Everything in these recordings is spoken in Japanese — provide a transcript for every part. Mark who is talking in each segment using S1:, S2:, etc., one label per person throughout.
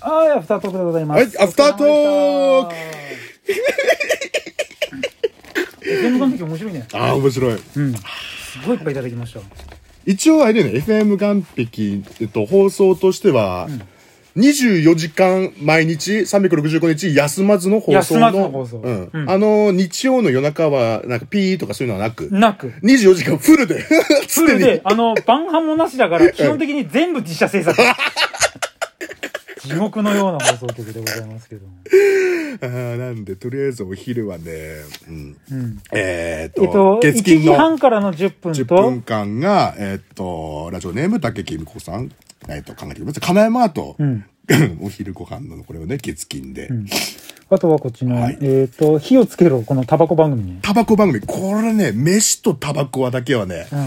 S1: はい、アフタートークでございます。
S2: はいアフタートーク
S1: ク !FM 眼壁面白いね。
S2: ああ、面白い。
S1: うん。すごいいっぱいいただきました。
S2: 一応、あれだよね、FM 岸壁、えっと、放送としては、24時間毎日、365日休まずの放送の。
S1: 休まずの放送
S2: うん。
S1: うん
S2: あの、日曜の夜中は、なんか、ピーとかそういうのはなく、
S1: なく。
S2: 24時間フルで、
S1: そ
S2: 常
S1: れ
S2: に。
S1: で、あの、晩飯もなしだから、基本的に全部自社制作。地獄のような放送局でございますけども。
S2: あーなんで、とりあえずお昼はね、うん。
S1: うん。
S2: えー、っと、
S1: えっと、1
S2: 月金
S1: 時
S2: の
S1: 半からの10分
S2: 10
S1: と
S2: 分、間が、えーっと、ラジオネーム、竹木由美子さん、えーっと、考えてください。金山と、
S1: うん。
S2: お昼ご飯のこれをね、月金で。
S1: あとはこっちの、
S2: はい
S1: えっと、火をつけろ、このタバコ番組ね。
S2: タバコ番組、これね、飯とタバコはだけはね、
S1: うん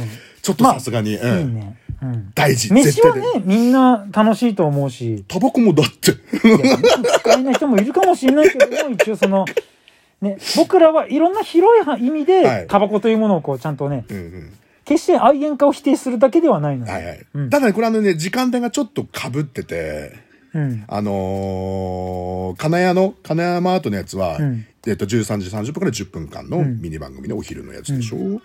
S2: ちょっとさすがに、うん
S1: いいね。うん。
S2: 大事。
S1: 飯はね
S2: 絶対、
S1: みんな楽しいと思うし、
S2: タバコもだって。
S1: 嫌いな人もいるかもしれないけども、一応その、ね、僕らはいろんな広い意味
S2: は
S1: で、
S2: い
S1: タバコというものをこう、ちゃんとね、
S2: うんうん
S1: 決して愛煙化を否定するだけ ではないので。
S2: はいはい。
S1: うん
S2: ただね、これあのね、時間帯がちょっと被ってて、
S1: うん。
S2: あのー、金谷の、金山アートのやつは、
S1: うん
S2: えっと、13時30分から10分間の
S1: ん
S2: ミニ番組のお昼のやつでしょ。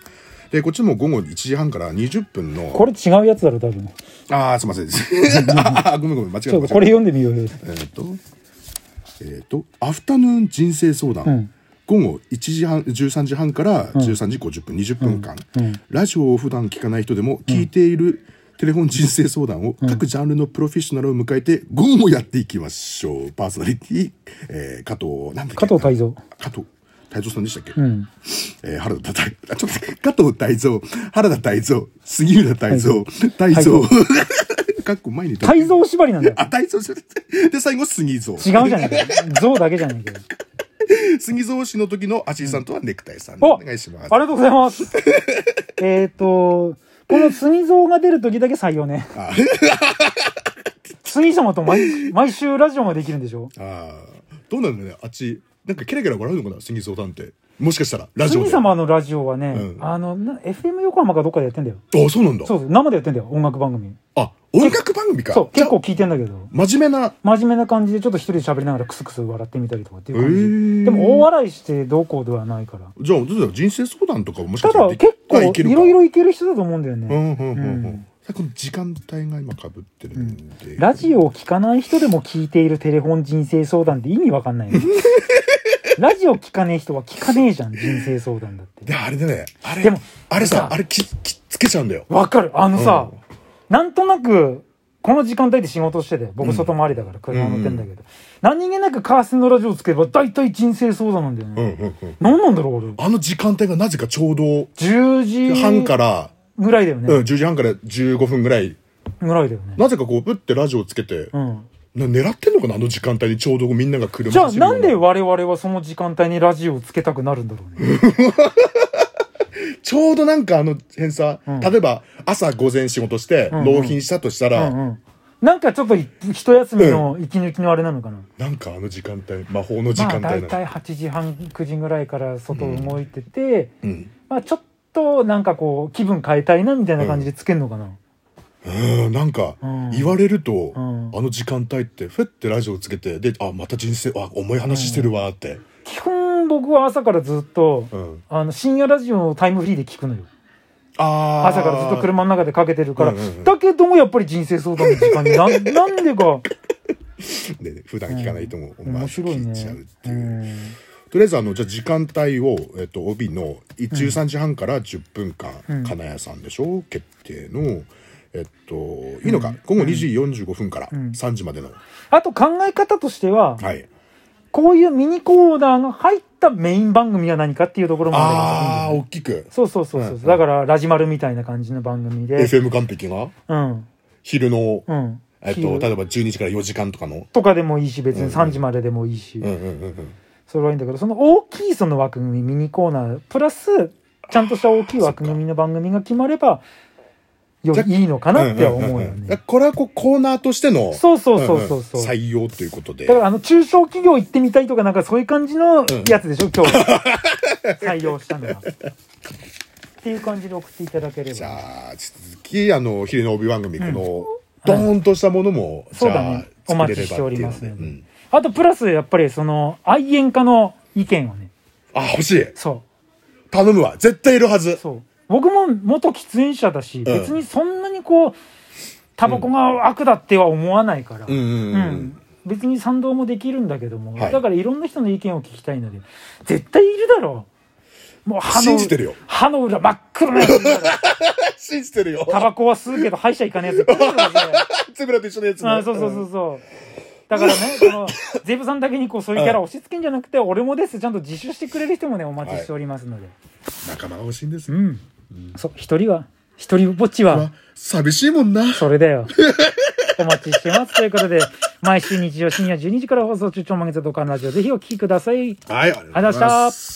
S2: で、こっちも午後1時半から20分の、
S1: これ違うやつだろ、多分。
S2: ああ、すいません。 あーごめんごめん、間違え
S1: ち
S2: た。
S1: ょっ
S2: 間違
S1: と
S2: えた
S1: これ読んでみよう よ。
S2: えっ、と、えっ、と、アフタヌーン人生相談。
S1: うん
S2: 午後1時半、13時半から13時50分、20分間、
S1: うん
S2: ラジオを普段聞かない人でも聞いているテレフォン 人生相談を各ジャンルのプロフェッショナルを迎えて午後もやっていきましょう。パーソナリティ、えー、加藤、なんだっけ
S1: 加藤泰造。
S2: 加藤太蔵さんでしたっけ、
S1: うん。
S2: えー原田太あちょっと待って加藤太蔵、原田太蔵、杉浦太蔵、太蔵、 かっこ前に太
S1: 改造縛りなんだよ。
S2: あ、大蔵じゃないで、最後、杉蔵。
S1: 違うじゃないか。像だけじゃないけど。
S2: 杉蔵氏の時のアシスタントはネクタイさんで。
S1: お
S2: お願いします
S1: あ。りがとうござい ます。えっと、この炭像が出る時だけ採用ね。
S2: あ
S1: 炭様と毎毎週ラジオもできるんでしょ
S2: あーどうなんだろうね、あっち。なんか、キラキラ笑うのかな、杉蔵さんって。もしかしたら、ラジオ
S1: 炭
S2: で。
S1: 様のラジオはね、
S2: うん
S1: あの、な FM 横浜かどっかでやってんだよ。
S2: あ、そうなんだ。
S1: そうそう、生でやってんだよ、音楽番組。
S2: あ、音楽番組か。
S1: そう、
S2: じ
S1: 結
S2: ゃあ
S1: 構。聞いてんだけど。
S2: 真面目な。
S1: 真面目な感じでちょっと一人で喋りながらクスクス笑ってみたりとかっていう
S2: へ
S1: 感
S2: ー
S1: じ。でも大笑いしてどうこうではないから。
S2: じゃあ、どうだろう人生相談とかももしか
S1: た
S2: したら
S1: だ
S2: でき
S1: 結構
S2: あいけ
S1: い
S2: るか
S1: ろいろいける人だと思うんだよ
S2: う
S1: ね。
S2: ん、うん、うん。う
S1: うんん
S2: さこの時間帯が今被ってるんで。
S1: ラジオを聞かない人でも聞いているテレフォン人生相談って意味わかんない よねラジオ聞かねえ人は聞かねえじゃん、人生相談だって
S2: で、。あれだね。あれ、
S1: でも
S2: あれさ、
S1: さ
S2: あれき、きつけちゃうんだよ。
S1: わかる。あのさ、
S2: うん
S1: なんとなく、この時間帯で仕事してて、僕外回りだから車乗ってんだけど、何気なくカーセンのラジオつければ大体人生相談なんだよ
S2: うん、
S1: ね。
S2: うん、うん。
S1: なん、何なんだろう、俺。
S2: あの時間帯がなぜかちょうど、
S1: 10時
S2: 半から、
S1: ぐらいだよ
S2: うん、10
S1: ね。
S2: 時半から15分ぐらい、
S1: ぐらいだよね。
S2: なぜかこう、ぶってラジオつけて、
S1: うん。
S2: な狙ってんのかなあの時間帯にちょうどみんなが車
S1: じゃあ
S2: 走るよう
S1: なんで我々はその時間帯にラジオをつけたくなるんだろうね。
S2: ちょうどなんかあの辺さ、
S1: うん
S2: 例えば朝午前仕事して、
S1: んうん
S2: 納品したとした
S1: う
S2: ら、
S1: んうん。なんかちょっとい一休みの息抜きのあれなのかな。
S2: なんかあの時間帯、魔法の時
S1: ま
S2: 間
S1: あ
S2: 帯なの。
S1: 大体8時半、9時ぐらいから外動いてて、
S2: うん。
S1: まあちょっとなんかこう気分変えたいなみたいな感じでつけるのかな。
S2: うん、なんか
S1: うん、
S2: 言われると、
S1: ん
S2: あの時間帯って、ふってラジオつけて、で、あ、また人生、あ、重い話してるわーって。
S1: 基本僕は朝からずっと、
S2: うん。
S1: あの深夜ラジオをタイムフリーで聞くのよ
S2: あー
S1: 朝からずっと車の中でかけてるから、
S2: うんうんうん
S1: だけどもやっぱり人生相談の時間にな なんでか
S2: でね、普段聞かないとも、思わ
S1: 面
S2: ず
S1: 白い
S2: 聞い
S1: ね
S2: ちゃうっていうう。
S1: ん
S2: とりあえずあのじゃあ時間帯を、えっと、帯の13時半から10分間、
S1: うん
S2: 金谷さんでしょ決定のえっといいのか、午後2時45分から
S1: ん
S2: 3時までの、
S1: あと考え方としては、
S2: はい
S1: こういうミニコーナーが入ったメイン番組は何かっていうところ
S2: ああ
S1: まで
S2: 大きく
S1: そうそうそうそう、
S2: うん
S1: だからラジマルみたいな感じの番組で
S2: FM 完璧が
S1: うん
S2: 昼の、
S1: うん
S2: えっと
S1: 昼
S2: 例えば12時から4時間とかの
S1: とかでもいいし別に3時まででもいいし、
S2: うんうんうんうん
S1: それはいいんだけどその大きいその枠組みミニコーナープラスちゃんとした大きい枠組みの番組が決まればよ
S2: じゃ
S1: いいのかなっては思うよ
S2: んんんん
S1: ね
S2: だからこれはこうコーナーとしての
S1: そうそうそうそうそうん
S2: ん採用ということで
S1: だからあの中小企業行ってみたいとかなんかそういう感じのやつでしょ、今日採用したのがっていう感じで送っていただけれ
S2: じ
S1: ば
S2: ゃあ続きあの昼の帯番組この、ドーンとしたものも、
S1: そ
S2: じ
S1: うだ
S2: ゃあ
S1: ねお
S2: 作れ
S1: 待
S2: れ
S1: ち
S2: ば
S1: し
S2: って
S1: おり
S2: ていう
S1: ま
S2: の
S1: す
S2: で、
S1: の
S2: う
S1: で
S2: ん、
S1: あとプラスやっぱりその愛煙家の意見をね
S2: あ欲しい
S1: そう
S2: 頼むわ絶対いるはず
S1: そう僕も元喫煙者だし、別にそんなにこうタバコが悪だっては思わないから、
S2: うんうんう
S1: うんん別に賛同もできるんだけども、
S2: はい
S1: だからいろんな人の意見を聞きたいので絶対いるだろうもう歯の
S2: 信じてるよ
S1: 歯の裏真っ黒なやついるだ ろ
S2: 信じてるよ
S1: タバコは吸うけど歯医者行かねえやついるだ ろそれ
S2: ゼブラと一緒のやつね
S1: あそうそうそうそう。だ からね、その、ゼブさんだけにこう、そういうキャラ押し付けんじゃなくて、俺もです、ちゃんと自首してくれる人もね、お待ちしておりますので。
S2: 仲間が欲しいんです
S1: う、ん。そう、一人は、一人ぼっちは
S2: あ、寂しいもんな
S1: それだよ。お待ちしてます。ということで、毎週日曜深夜12時から放送中、超満月同感ラジオ、ぜひお聞きください。
S2: はいありがとうござ
S1: あ
S2: い
S1: りがとうござい
S2: ま
S1: まし
S2: す